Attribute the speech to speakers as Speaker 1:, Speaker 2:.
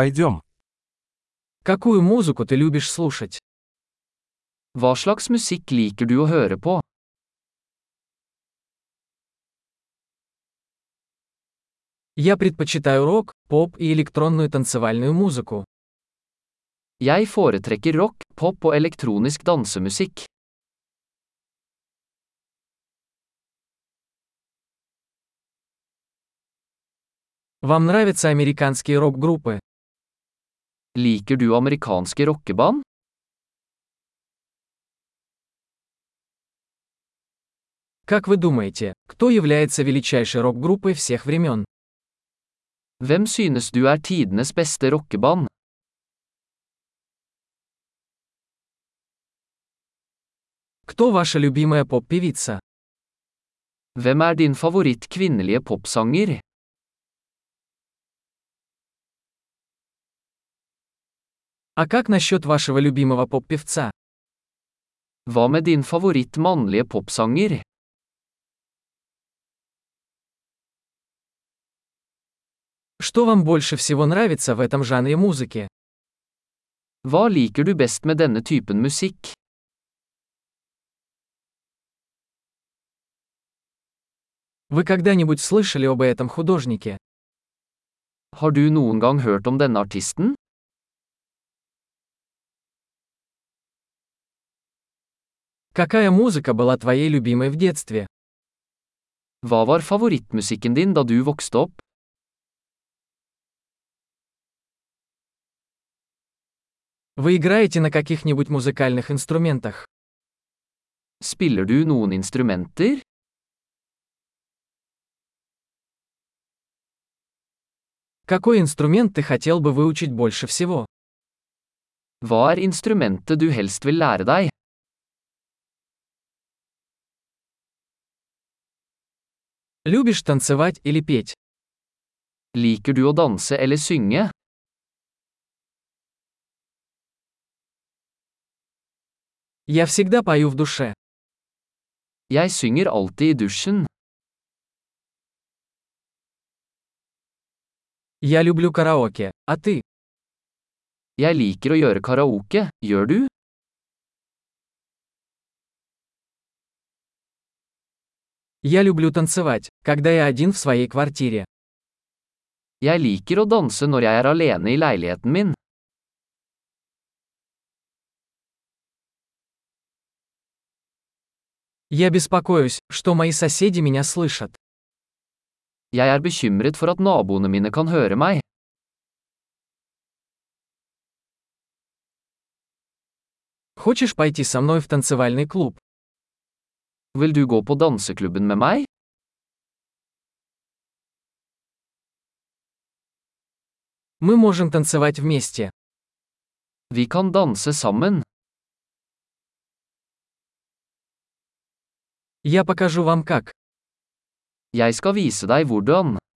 Speaker 1: Пойдем.
Speaker 2: Какую музыку ты любишь слушать?
Speaker 3: Hva slags musikk liker du å høre på?
Speaker 2: Я предпочитаю рок, поп и электронную танцевальную музыку.
Speaker 3: Jeg foretrekker rock, pop og elektronisk dansemusikk.
Speaker 2: Вам нравятся американские рок-группы?
Speaker 3: Liker du amerikanske rockeband?
Speaker 2: Как вы думаете, кто является величайшей рок-группой всех времен?
Speaker 3: Hvem synes du er tidenes beste rockeband?
Speaker 2: Кто ваша любимая поп-певица?
Speaker 3: Hvem er din favoritt kvinnelige popsanger?
Speaker 2: А как насчет вашего любимого поп-певца?
Speaker 3: Hva med din favoritt mannlige popsanger?
Speaker 2: Что вам больше всего нравится в этом жанре музыки?
Speaker 3: Hva liker du best med denne typen musikk?
Speaker 2: Вы когда-нибудь слышали об этом художнике?
Speaker 3: Har du noen gang hørt om denne artisten?
Speaker 2: Какая музыка была твоей любимой в детстве?
Speaker 3: Hva var favorittmusikken din da du vokste opp?
Speaker 2: Вы играете на каких-нибудь музыкальных инструментах?
Speaker 3: Spiller du noen instrumenter?
Speaker 2: Какой инструмент ты хотел бы выучить больше всего?
Speaker 3: Hva er instrumentet du helst vil lære deg?
Speaker 2: Любишь танцевать или петь?
Speaker 3: Liker du å danse eller synge?
Speaker 2: Я всегда пою в душе.
Speaker 3: Jeg synger alltid i dusjen.
Speaker 2: Я люблю караоке. А ты?
Speaker 3: Jeg liker å gjøre karaoke, gjør du?
Speaker 2: Я люблю танцевать, когда я один в своей квартире.
Speaker 3: Jeg liker å danse når jeg er alene i leiligheten min.
Speaker 2: Я беспокоюсь, что мои соседи меня слышат.
Speaker 3: Jeg er bekymret for at naboene mine kan høre meg.
Speaker 2: Хочешь пойти со мной в танцевальный клуб?
Speaker 3: Vil du gå på danseklubben med meg?
Speaker 2: Мы можем танцевать вместе.
Speaker 3: Vi kan danse sammen.
Speaker 2: Я покажу вам как.
Speaker 3: Jeg skal vise deg hvordan.